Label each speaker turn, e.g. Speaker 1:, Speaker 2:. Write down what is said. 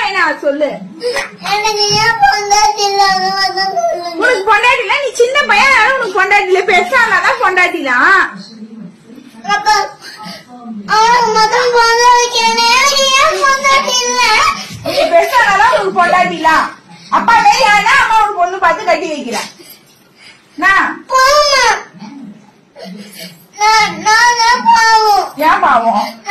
Speaker 1: என்னன்னு அவ சொல்லு
Speaker 2: எனக்கு ஏன் பொண்டாட்டி இல்லாதவங்க சொல்லுங்க
Speaker 1: உனக்கு பொண்டாட்டி இல்ல நீ சின்ன பையன் அதனால உனக்கு பொண்டாட்டி இல்ல பெருசானாதான் பொண்டாட்டி தான்
Speaker 2: அப்ப அவனுக்கு மட்டும் பொண்ணு வைக்கிறேன் எனக்கு ஏன் பொண்டாட்டி இல்ல
Speaker 1: நீ பெருசானாதான் உனக்கு பொண்டாட்டி தான் அப்பா வேலையானா அம்மா உனக்கு பொண்ணு பார்த்து கட்டி வைக்கிறேன் நான்
Speaker 2: போமா நான் நான் தான் பாவம்
Speaker 1: ஏன் பாவம்